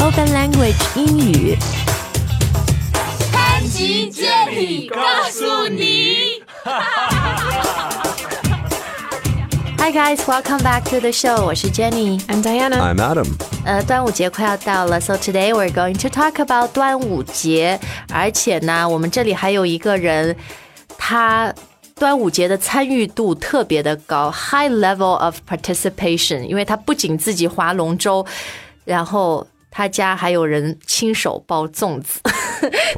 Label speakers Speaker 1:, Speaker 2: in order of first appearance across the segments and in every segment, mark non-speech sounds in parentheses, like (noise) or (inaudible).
Speaker 1: Open Language 英语。
Speaker 2: 潘吉接力告诉你。
Speaker 1: Hi guys, welcome back to the show. 我是 Jenny。
Speaker 3: I'm Diana.
Speaker 4: I'm Adam.
Speaker 1: 呃，端午节快要到了，so today we're going to talk about 端午节。而且呢，我们这里还有一个人，他端午节的参与度特别的高，high level of participation，因为他不仅自己划龙舟，然后他家还有人亲手包粽子。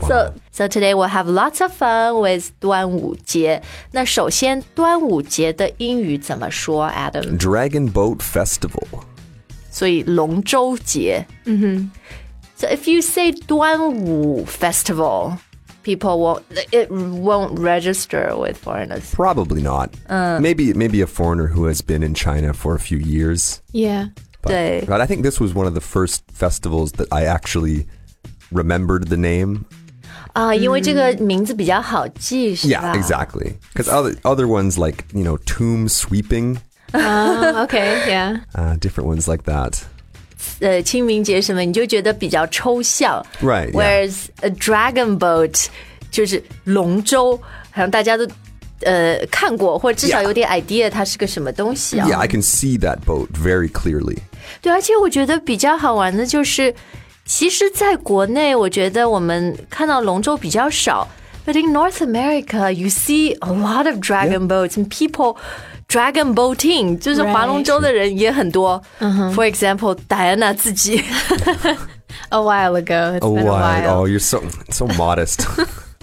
Speaker 1: so so today we'll have lots of fun with 端午节。那首先，端午节的英语怎么说，Adam？
Speaker 4: Dragon Boat Festival.
Speaker 1: 所以龙舟节。嗯哼。So if you say 端午 festival, people won't it won't register with foreigners.
Speaker 4: Probably not.
Speaker 3: Uh.
Speaker 4: maybe maybe a foreigner who has been in China for a few years.
Speaker 3: Yeah.
Speaker 1: But,
Speaker 4: But I think this was one of the first festivals that I actually remembered the name.
Speaker 1: 啊、Ah, 因为这个名字比较好记，是
Speaker 4: Yeah,
Speaker 1: 吧
Speaker 4: exactly. Because other other ones like you know tomb sweeping,
Speaker 3: Oh, okay. Yeah.
Speaker 4: uh, different ones like that.
Speaker 1: 呃，清明节什么，你就觉得比较抽象。
Speaker 4: Right, yeah.
Speaker 1: Whereas a dragon boat 就是龙舟，好像大家都呃看过，或者至少
Speaker 4: Yeah.
Speaker 1: 有点 idea 它是个什么东西啊。
Speaker 4: Yeah, I can see that boat very clearly.
Speaker 1: 对，而且我觉得比较好玩的就是，其实在国内，我觉得我们看到龙舟比较少，but in North America you see a lot of dragon boats and people. Dragon boating 就是划龙舟的人也很多。For example, Diana 自己
Speaker 3: A while ago. It's
Speaker 4: Oh,
Speaker 3: been a
Speaker 4: why?
Speaker 3: while.
Speaker 4: Oh, you're so so
Speaker 3: (laughs)
Speaker 4: modest.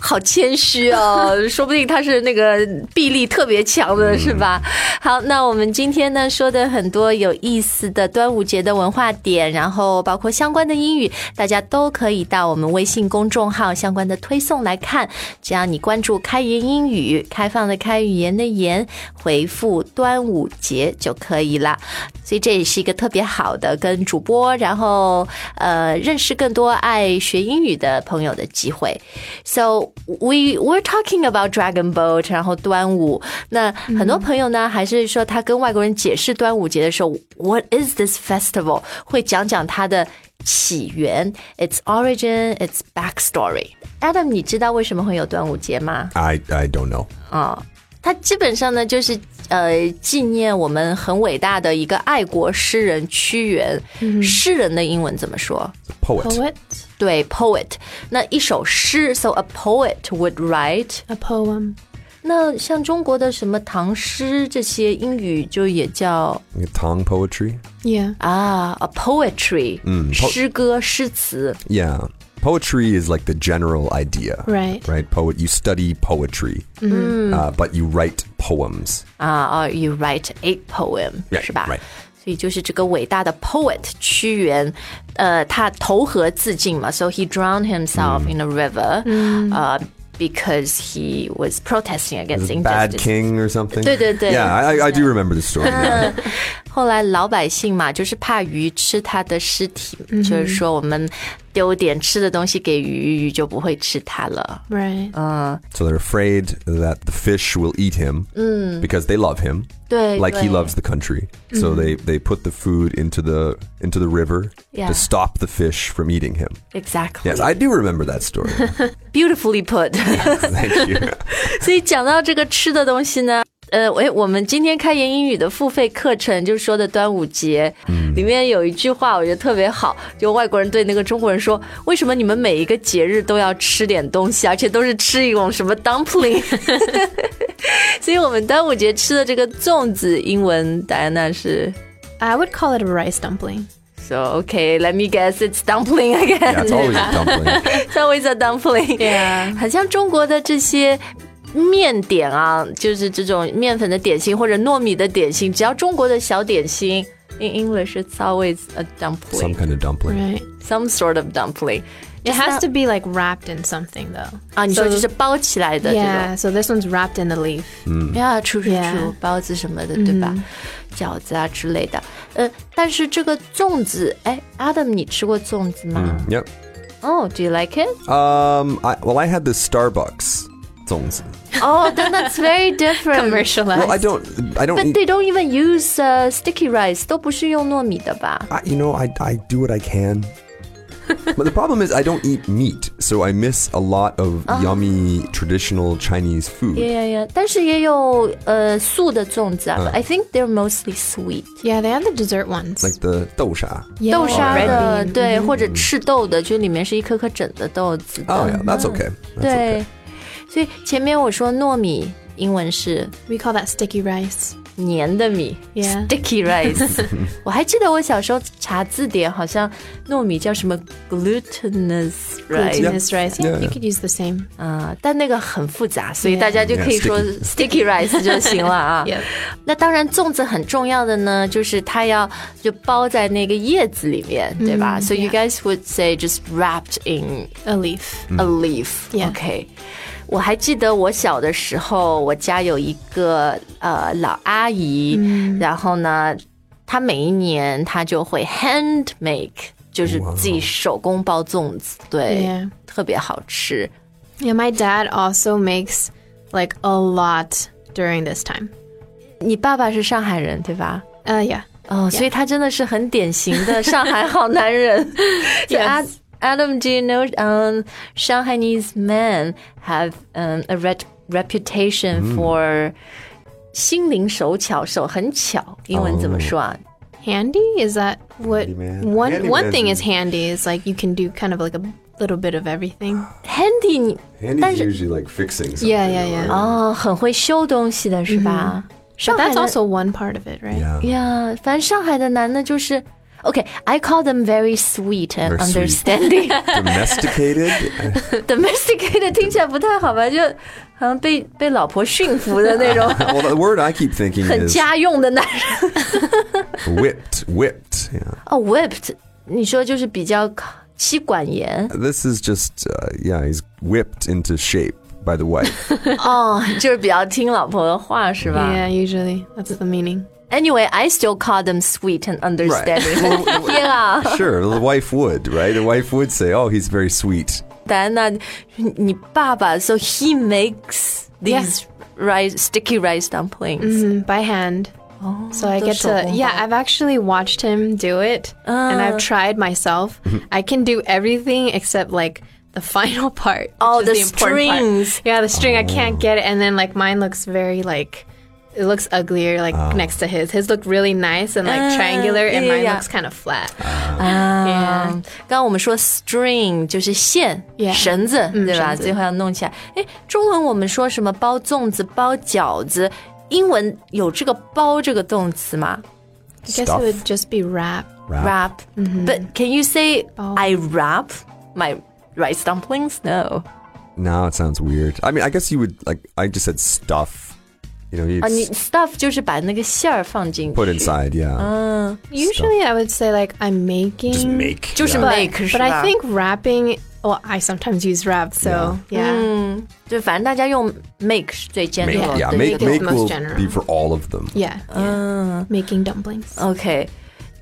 Speaker 1: 好谦虚哦，说不定她是那个臂力特别强的，是吧？好，那我们今天呢说的很多有意思的端午节的文化点，然后包括相关的英语，大家都可以到我们微信公众号相关的推送来看。只要你关注“开言英语”，开放的开，语言的言，回复“端午节”就可以了。所以这也是一个特别好的跟主播，然后呃认识更多爱学英语的朋友的机会。So we we're talking about Dragon Boat，然后端午。那很多朋友呢，还是说他跟外国人解释端午节的时候，What is this festival？会讲讲它的起源，its origin, its backstory。Adam，你知道为什么会有端午节吗？
Speaker 4: I I don't know.
Speaker 1: 啊它基本上呢，就是呃，纪念我们很伟大的一个爱国诗人屈原。诗人的英文怎么说？
Speaker 4: Poet.
Speaker 3: Poet.
Speaker 1: 对，poet。那一首诗，so a poet would write。
Speaker 3: A poem.
Speaker 1: 那像中国的什么唐诗这些，英语就也叫
Speaker 4: Tong poetry.
Speaker 3: Yeah.
Speaker 1: 啊，a poetry，嗯，
Speaker 4: po-
Speaker 1: 诗歌、诗词。
Speaker 4: Yeah. Poetry is like the general idea.
Speaker 3: Right.
Speaker 4: Right? Poet you study poetry. Uh, but you write poems.
Speaker 1: 啊、o r you write a poem，、
Speaker 4: Right,
Speaker 1: 是吧
Speaker 4: right.
Speaker 1: 所以就是这个伟大的 poet 屈原，呃，他投河自尽嘛，so he drowned himself in a river，呃、b e c a u s e he was protesting against
Speaker 4: Is it Bad
Speaker 1: injustice。
Speaker 4: King or something.
Speaker 1: 对，对，对。
Speaker 4: Yeah, I, I, I do remember the story. yeah.
Speaker 1: 后来老百姓嘛，就是怕鱼吃他的尸体，就是说我们丢点吃的东西给鱼，鱼就不会吃它了。
Speaker 3: Right.
Speaker 4: so they're afraid that the fish will eat him because they love him.
Speaker 1: 对
Speaker 4: Like he
Speaker 1: 对
Speaker 4: loves the country. So they, they put the food into the into the river
Speaker 1: Yeah.
Speaker 4: to stop the fish from eating him.
Speaker 1: Exactly.
Speaker 4: Yes, I do remember that story.
Speaker 1: Beautifully put. (laughs)
Speaker 4: Thank you.
Speaker 1: 所以讲到这个吃的东西呢，呃，诶，我们今天开言英语的付费课程就说的端午节，里面有一句话我觉得特别好，就外国人对那个中国人说，为什么你们每一个节日都要吃点东西，而且都是吃一种什么 dumpling？所以我们端午节吃的这个粽子，英文答案呢是
Speaker 3: I would call it a rice dumpling.
Speaker 1: So okay, let me guess, it's dumpling again.
Speaker 4: Yeah, it's always
Speaker 1: (laughs)
Speaker 4: a dumpling.
Speaker 1: It's always a dumpling.
Speaker 3: Yeah.
Speaker 1: 很像中国的这些面点啊，就是这种面粉的点心或者糯米的点心，只要中国的小点心。In English, it's always a
Speaker 4: Some
Speaker 1: dumpling,
Speaker 4: kind of dumpling.
Speaker 3: Right.
Speaker 1: some, sort of dumpling.
Speaker 3: It has
Speaker 1: not-
Speaker 3: to be like wrapped in something though.
Speaker 1: 啊，你说就是包起来的这种
Speaker 3: Yeah. So this one's wrapped in the leaf.
Speaker 1: 呀，出出
Speaker 3: Yeah
Speaker 1: 出，包子什么的，对吧？饺子啊之类的。呃，但是这个粽子，哎，Adam，你吃过粽子吗？
Speaker 4: Yep.
Speaker 1: 哦、d o you like it?
Speaker 4: Um, I, well, I had the Starbucks 粽子.
Speaker 1: Oh, then that's very different.
Speaker 3: (laughs) Commercialized.
Speaker 4: Well, I don't. I don't.
Speaker 1: But
Speaker 4: Eat,
Speaker 1: they don't even use uh, sticky rice，都不是用糯米的吧？
Speaker 4: 嗯 I, you know, I, I do what I can. But the problem is, I don't eat meat, so I miss a lot of yummy traditional Chinese food.
Speaker 1: Yeah, yeah, yeah. 但是也有呃素的粽子啊、but I think they're mostly sweet。
Speaker 3: Yeah, they have the dessert ones.
Speaker 4: Like the dousha.
Speaker 3: Yeah,
Speaker 1: 豆沙
Speaker 3: red
Speaker 1: 的
Speaker 3: bean.
Speaker 1: 对，或者赤豆的，就里面是一颗颗整的豆子的。
Speaker 4: Oh, yeah, that's okay. That's
Speaker 1: 对
Speaker 4: okay.，
Speaker 1: 所以前面我说糯米英文是
Speaker 3: We call that sticky rice.
Speaker 1: 黏的米
Speaker 3: Yeah
Speaker 1: sticky rice。我还记得我小时候查字典，好像糯米叫什么 glutinous rice
Speaker 3: Glutinous rice. Yeah,
Speaker 4: Yeah,
Speaker 3: you
Speaker 4: yeah.
Speaker 3: could use the same.
Speaker 1: 啊、但那个很复杂，所以大家就
Speaker 4: Yeah,
Speaker 1: 可以说
Speaker 4: sticky
Speaker 1: sticky rice 就行了啊。
Speaker 3: (laughs) Yeah.
Speaker 1: 那当然，粽子很重要的呢，就是它要就包在那个叶子里面，对
Speaker 3: 嗯
Speaker 1: 吧？So you guys would say just wrapped in
Speaker 3: A leaf.
Speaker 1: a leaf.
Speaker 3: Yeah.
Speaker 1: OK，我还记得我小的时候，我家有一个呃老阿姨，
Speaker 3: Mm
Speaker 1: 然后呢，她每一年她就会 hand make，就是自己手工包粽子，对
Speaker 3: Yeah.
Speaker 1: 特别好吃。
Speaker 3: Yeah, my dad also makes like a lot during this time.
Speaker 1: 你爸爸是上海人对吧？
Speaker 3: Uh, yeah.
Speaker 1: 哦，所以他真的是很典型 (laughs) 的上海好男人。So Ad-
Speaker 3: Yes.
Speaker 1: Adam, do you know um, Shanghainese men have um, a red reputation for 心灵手巧，手很巧，英文怎么说啊
Speaker 3: Handy is that what
Speaker 4: Handyman.
Speaker 3: one one
Speaker 4: Handyman.
Speaker 3: thing is handy is like you can do kind of like a little bit of everything.
Speaker 1: 哦？Handy，你
Speaker 4: Handy's
Speaker 1: That's-
Speaker 4: usually like fixing something.
Speaker 3: Yeah, yeah, yeah.
Speaker 1: 哦，很会修东西的是吧？上
Speaker 3: But
Speaker 1: 海
Speaker 3: that's
Speaker 1: 的
Speaker 3: also one part of it,
Speaker 1: (laughs)
Speaker 3: right?
Speaker 4: Yeah.
Speaker 1: 呀，反正上海的男的就是。OK，I、call them very sweet and
Speaker 4: Very sweet.
Speaker 1: understanding.
Speaker 4: Domesticated. (laughs) uh,
Speaker 1: Domesticated 听起来不太好吧？就好像被被老婆驯服的那种。
Speaker 4: well, the word I keep thinking
Speaker 1: 很
Speaker 4: is
Speaker 1: 家用的男人
Speaker 4: whipped. Whipped. Yeah.
Speaker 1: (laughs) 哦、w h i p p e d 你说就是比较妻管严
Speaker 4: (laughs) This is just, uh, yeah, he's whipped into shape by the wife.
Speaker 1: 哦就是比较听老婆的话是吧
Speaker 3: Yeah, usually that's the meaning.
Speaker 1: Anyway, I still call them sweet and understanding. (laughs)
Speaker 4: Well,
Speaker 1: 天啊，
Speaker 3: (laughs)
Speaker 4: sure, the wife would, right? The wife would say, oh, he's very sweet.
Speaker 1: 戴安娜，你你爸爸，so he makes these rice sticky rice dumplings.
Speaker 3: Mm, by hand.
Speaker 1: Oh,
Speaker 3: So I get to
Speaker 1: 都手工包。
Speaker 3: yeah, I've actually watched him do it and
Speaker 1: Uh.
Speaker 3: I've tried myself.
Speaker 4: Mm-hmm.
Speaker 3: I can do everything except like the (laughs) final part.
Speaker 1: Oh,
Speaker 3: which
Speaker 1: the
Speaker 3: is important part.
Speaker 1: strings.
Speaker 3: Yeah, the
Speaker 4: Oh.
Speaker 3: string I can't get it and then like mine looks very like it looks uglier like
Speaker 4: Ah.
Speaker 3: next to his. His looked really nice and like
Speaker 1: Ah,
Speaker 3: triangular and
Speaker 1: yeah,
Speaker 3: mine
Speaker 1: yeah.
Speaker 3: looks kind of flat.
Speaker 4: Ah.
Speaker 1: 啊，刚刚我们说 string 就是线、
Speaker 3: Yeah
Speaker 1: 嗯绳子，对吧？
Speaker 3: 绳子
Speaker 1: 最后要弄起来。哎，中文我们说什么包粽子、包饺子，英文有这个“包”这个动词吗？
Speaker 3: I guess
Speaker 4: Stuff.
Speaker 3: it would just be wrap.
Speaker 1: wrap. 嗯 But can you say
Speaker 3: Bowl.
Speaker 1: I wrap my rice dumplings? No.
Speaker 4: No, it sounds weird. I mean, I guess you would, like, I just said stuff. You know, you
Speaker 1: 啊，你
Speaker 4: s-
Speaker 1: stuff 就是把那个馅儿放进
Speaker 4: put
Speaker 1: 去，
Speaker 4: inside, yeah.
Speaker 3: Um, Usually I would say like I'm making
Speaker 4: just make.
Speaker 1: 就是
Speaker 4: yeah.
Speaker 1: make 是
Speaker 3: but I
Speaker 1: 吧？
Speaker 3: think wrapping well, I sometimes use wrap, so yeah.
Speaker 1: 就反正大家用 make 是最
Speaker 4: Make,
Speaker 1: general 的
Speaker 4: yeah,
Speaker 1: 一个
Speaker 4: make,
Speaker 3: the
Speaker 4: make
Speaker 3: most
Speaker 4: will
Speaker 3: general.
Speaker 4: be for all of them.
Speaker 3: Yeah. yeah. Making dumplings.
Speaker 1: OK，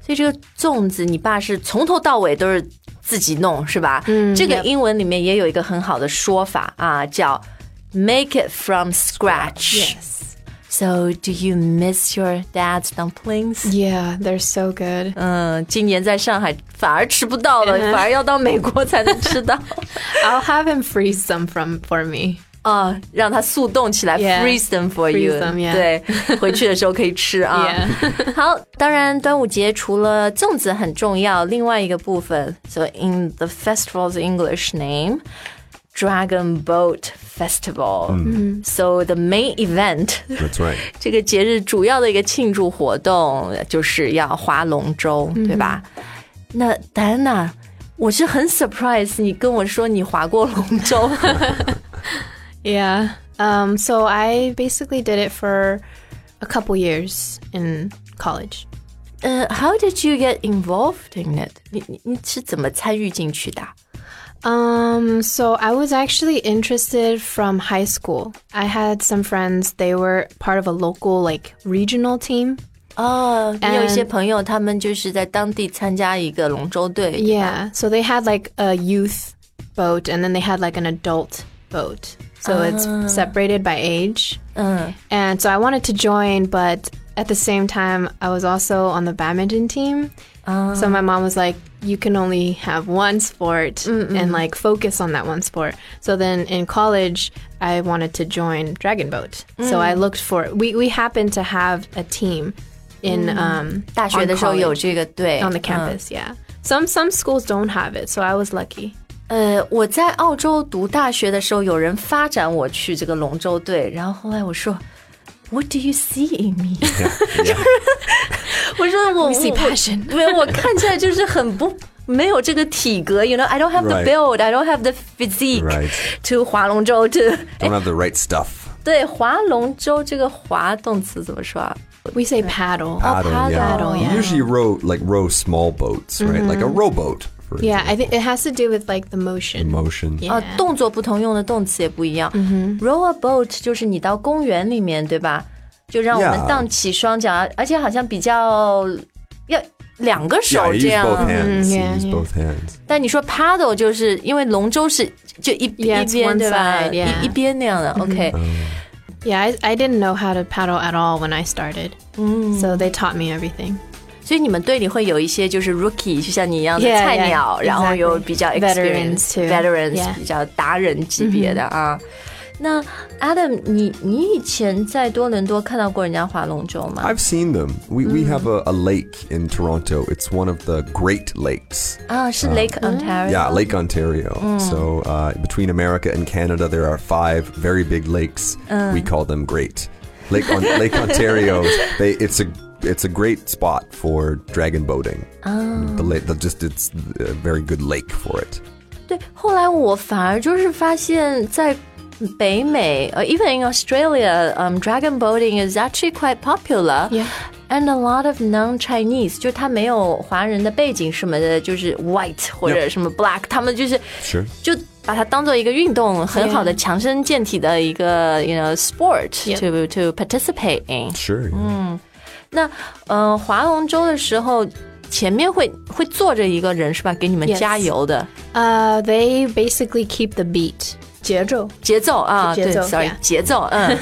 Speaker 1: 所以这个粽子，你爸是从头到尾都是自己弄，是吧？嗯，这个英文里面也有一个很好的说法啊，叫 make it from scratch。
Speaker 3: Yes.
Speaker 1: So do you miss your dad's dumplings?
Speaker 3: Yeah, they're so good.
Speaker 1: 嗯，今年在上海反而吃不到 (laughs) 了，反而要到美国才能吃到。
Speaker 3: I'll have him freeze some from for me.
Speaker 1: 啊、让它速冻起来
Speaker 3: Yeah.
Speaker 1: freeze them for you。 (laughs)
Speaker 3: Freeze them, yeah.
Speaker 1: 对，回去的时候可以吃啊。 (laughs) 好，当然端午节除了粽子很重要，另外一个部分，so in the festival's English name。Dragon Boat Festival，、嗯、so the main event，
Speaker 4: That's right.
Speaker 1: 这个节日主要的一个庆祝活动就是要划龙舟，
Speaker 3: 嗯
Speaker 1: 对吧？那戴安娜，我是很 surprise 你跟我说你划过龙
Speaker 3: (laughs)
Speaker 1: 舟，
Speaker 3: Yeah. Um, so I basically did it for a couple years in college.
Speaker 1: 呃、h o w did you get involved in it？你你你是怎么参与进去的？
Speaker 3: Um, so I was actually interested from high school. I had some friends, they were part of a local like regional team.
Speaker 1: 哦、你有一些
Speaker 3: And-
Speaker 1: 朋友，他们就是在当地参加一个龙舟队。
Speaker 3: Yeah. So they had like a youth boat and then they had like an adult boat. So it's separated by age. And so I wanted to join, but at the same time, I was also on the badminton team. So my mom was like, you can only have one sport and like focus on that one sport. So then in college, I wanted to join Dragon Boat. So I looked for we we happened to have a team in um
Speaker 1: 大学
Speaker 3: on
Speaker 1: 的时候有
Speaker 3: college-
Speaker 1: 这个对
Speaker 3: on the
Speaker 1: 嗯
Speaker 3: campus, yeah. Some some schools don't have it, so I was lucky.
Speaker 1: 呃，我在澳洲读大学的时候，有人发展我去这个龙舟队，然后后来我说，What do you see in me？我说我
Speaker 3: We see
Speaker 1: 我
Speaker 3: passion.
Speaker 1: 没有，我看起来就是很不。没有这个体格，you know, I don't have the
Speaker 4: Right.
Speaker 1: build, I don't have the physique
Speaker 4: Right.
Speaker 1: to 划龙舟 to
Speaker 4: Don't have the right stuff.
Speaker 1: 对划龙舟这个划动词怎么说啊？
Speaker 3: We say paddle. Oh,
Speaker 4: Paddle, yeah.
Speaker 3: paddle,
Speaker 4: You
Speaker 3: yeah. Mm-hmm.
Speaker 4: Usually row like row small boats, right? Like a rowboat. For
Speaker 3: Yeah, I think it has to do with like the motion.
Speaker 4: Motion.
Speaker 1: 啊
Speaker 3: Yeah.，
Speaker 1: 动作不同，用的动词也不一样。Row
Speaker 4: 嗯
Speaker 1: a boat 就是你到公园里面，对吧？就让我们
Speaker 4: Yeah.
Speaker 1: 荡起双桨啊而且好像比较要两个
Speaker 4: Yeah,
Speaker 1: 手
Speaker 4: you
Speaker 1: 这
Speaker 4: use
Speaker 1: 样。啊
Speaker 4: both hands.
Speaker 3: Mm-hmm. yeah,
Speaker 4: you use
Speaker 3: yeah.
Speaker 4: both hands.
Speaker 1: 但你说 paddle 就是因为龙舟是就一
Speaker 3: Yeah,
Speaker 1: 一
Speaker 3: it's
Speaker 1: 边
Speaker 3: one
Speaker 1: 对吧
Speaker 3: side, yeah.
Speaker 1: 一一边那样的。OK，
Speaker 3: Yeah, I, I didn't know how to paddle at all when I started. So they taught me everything.
Speaker 1: 所以你们队里会有一些就是 rookie，就像你一样的
Speaker 3: Yeah,
Speaker 1: 菜鸟
Speaker 3: yeah,
Speaker 1: 然后有
Speaker 3: exactly.
Speaker 1: 比较
Speaker 3: Veterans
Speaker 1: experience
Speaker 3: too.
Speaker 1: veterans
Speaker 3: Yeah. 嗯
Speaker 1: 比较达人级别的啊。那 Adam，你你以前在多伦多看到过人家划龙舟吗？
Speaker 4: I've seen them. We, we have a, a lake in Toronto. It's one of the Great Lakes.
Speaker 1: 啊，是 Lake Ontario。
Speaker 4: Yeah, Lake Ontario. So uh, between America and Canada, there are five very big lakes. We call them Great Lake on, Lake Ontario. They, it's a it's a great spot for dragon boating. The lake, the, just it's a very good lake for it.
Speaker 1: 对，后来我反而就是发现，在北美，呃、e v e n in Australia，嗯、d r a g o n boating is actually quite popular。
Speaker 3: Yeah.
Speaker 1: And a lot of non-Chinese，就他没有华人的背景什么的，就是 white 或者什么 black，、他们就是
Speaker 4: Sure.
Speaker 1: 就把它当做一个运动，很好的强身健体的一个 you know sport
Speaker 3: Yeah.
Speaker 1: to to participate in。
Speaker 4: Sure. yeah.
Speaker 1: 那呃，划龙舟的时候，前面会会坐着一个人是吧？给你们
Speaker 3: Yes.
Speaker 1: 加油的。
Speaker 3: Uh, they basically keep the beat. 节奏.
Speaker 1: 节奏啊，
Speaker 3: 节奏
Speaker 1: 对，sorry，
Speaker 3: yeah
Speaker 1: 节奏，
Speaker 3: (laughs)
Speaker 1: 嗯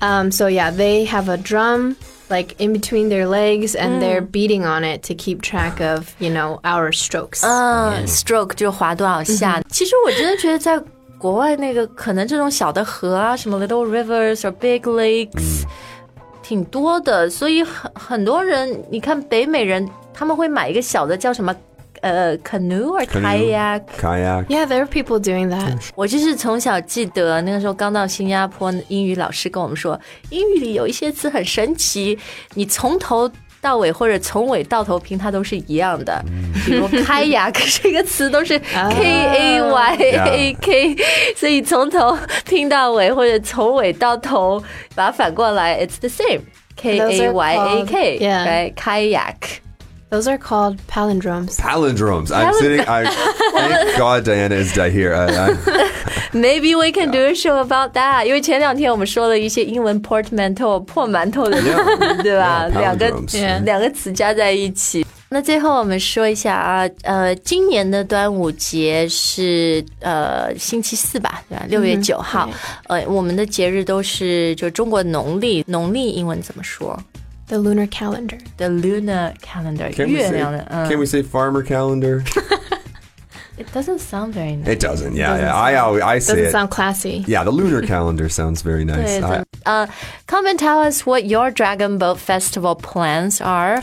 Speaker 3: Um, so yeah, they have a drum like in between their legs and they're beating on it to keep track of, you know, our strokes.
Speaker 1: 嗯，stroke 嗯就划多少下。其实我真的觉得在国外那个可能这种小的河啊，什么 little rivers or big lakes，挺多的，所以很很多人，你看北美人他们会买一个小的叫什么呃 canoe or
Speaker 4: Canoe
Speaker 1: kayak。
Speaker 4: Kayak.
Speaker 3: yeah, there are people doing that.
Speaker 1: 我就是从小记得那个时候刚到新加坡，英语老师跟我们说，英语里有一些词很神奇，你从头到尾或者从尾到头拼它都是一样的，比如 kayak 这个词都是 k a y a k，所 (laughs) 以从头拼到尾或者从尾到头把它反过来，it's the same。K
Speaker 3: Those
Speaker 1: A
Speaker 3: are
Speaker 1: Y A
Speaker 3: called-
Speaker 1: K，
Speaker 3: yeah.
Speaker 1: right? Kayak.
Speaker 3: Those are called palindromes.
Speaker 4: Palindromes. I'm sitting. I thank God Diana is di- here. I, I,
Speaker 1: Maybe we can do a show about that，因为前两天我们说了一些英文 portmanteau 破馒头
Speaker 4: 哎
Speaker 1: 的 (laughs)
Speaker 4: Yeah.
Speaker 1: 对吧
Speaker 4: Yeah,
Speaker 1: 两个
Speaker 4: palindromes.
Speaker 1: 两个词加在一起。那最后我们说一下啊，呃，今年的端午节是呃星期四吧，对吧？六月九号、呃，我们的节日都是就中国农历，农历英文怎么说
Speaker 3: The lunar calendar.
Speaker 1: ？The lunar calendar，
Speaker 4: can we
Speaker 1: 月
Speaker 4: say?
Speaker 1: 亮的，
Speaker 3: uh.
Speaker 1: 嗯
Speaker 4: Can we say
Speaker 3: (laughs)
Speaker 4: farmer calendar?
Speaker 1: It doesn't sound very nice.
Speaker 4: It doesn't. Yeah. yeah. I always I say
Speaker 3: Doesn't
Speaker 4: it.
Speaker 3: sound classy.
Speaker 4: Yeah, the lunar calendar sounds very nice. I,
Speaker 1: Uh, come and tell us what your Dragon Boat Festival plans are.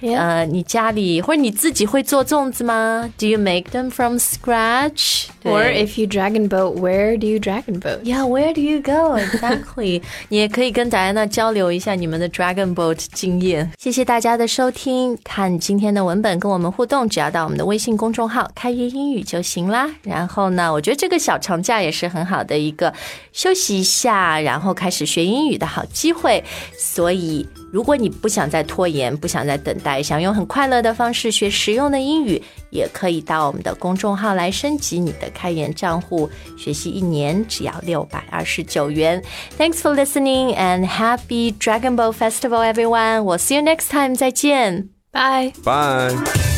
Speaker 3: Yeah.
Speaker 1: 呃，你家里或者你自己会做粽子吗？Do you make them from scratch?
Speaker 3: Or
Speaker 1: 对。
Speaker 3: if you dragon boat, where do you dragon boat?
Speaker 1: Yeah, where do you go exactly? (laughs) 你也可以跟 Diana 交流一下你们的 Dragon Boat 经验。谢谢大家的收听，看今天的文本跟我们互动，只要到我们的微信公众号“开业英语”就行啦。然后呢，我觉得这个小长假也是很好的一个休息一下，然后开始学英语的好机会。所以，如果你不想再拖延，不想再等待，想用很快乐的方式学实用的英语，也可以到我们的公众号来升级你的开源账户，学习一年只要六百二十九元。Thanks for listening and happy Dragon Boat Festival, everyone. We'll see you next time. 再见。
Speaker 3: Bye.
Speaker 4: bye.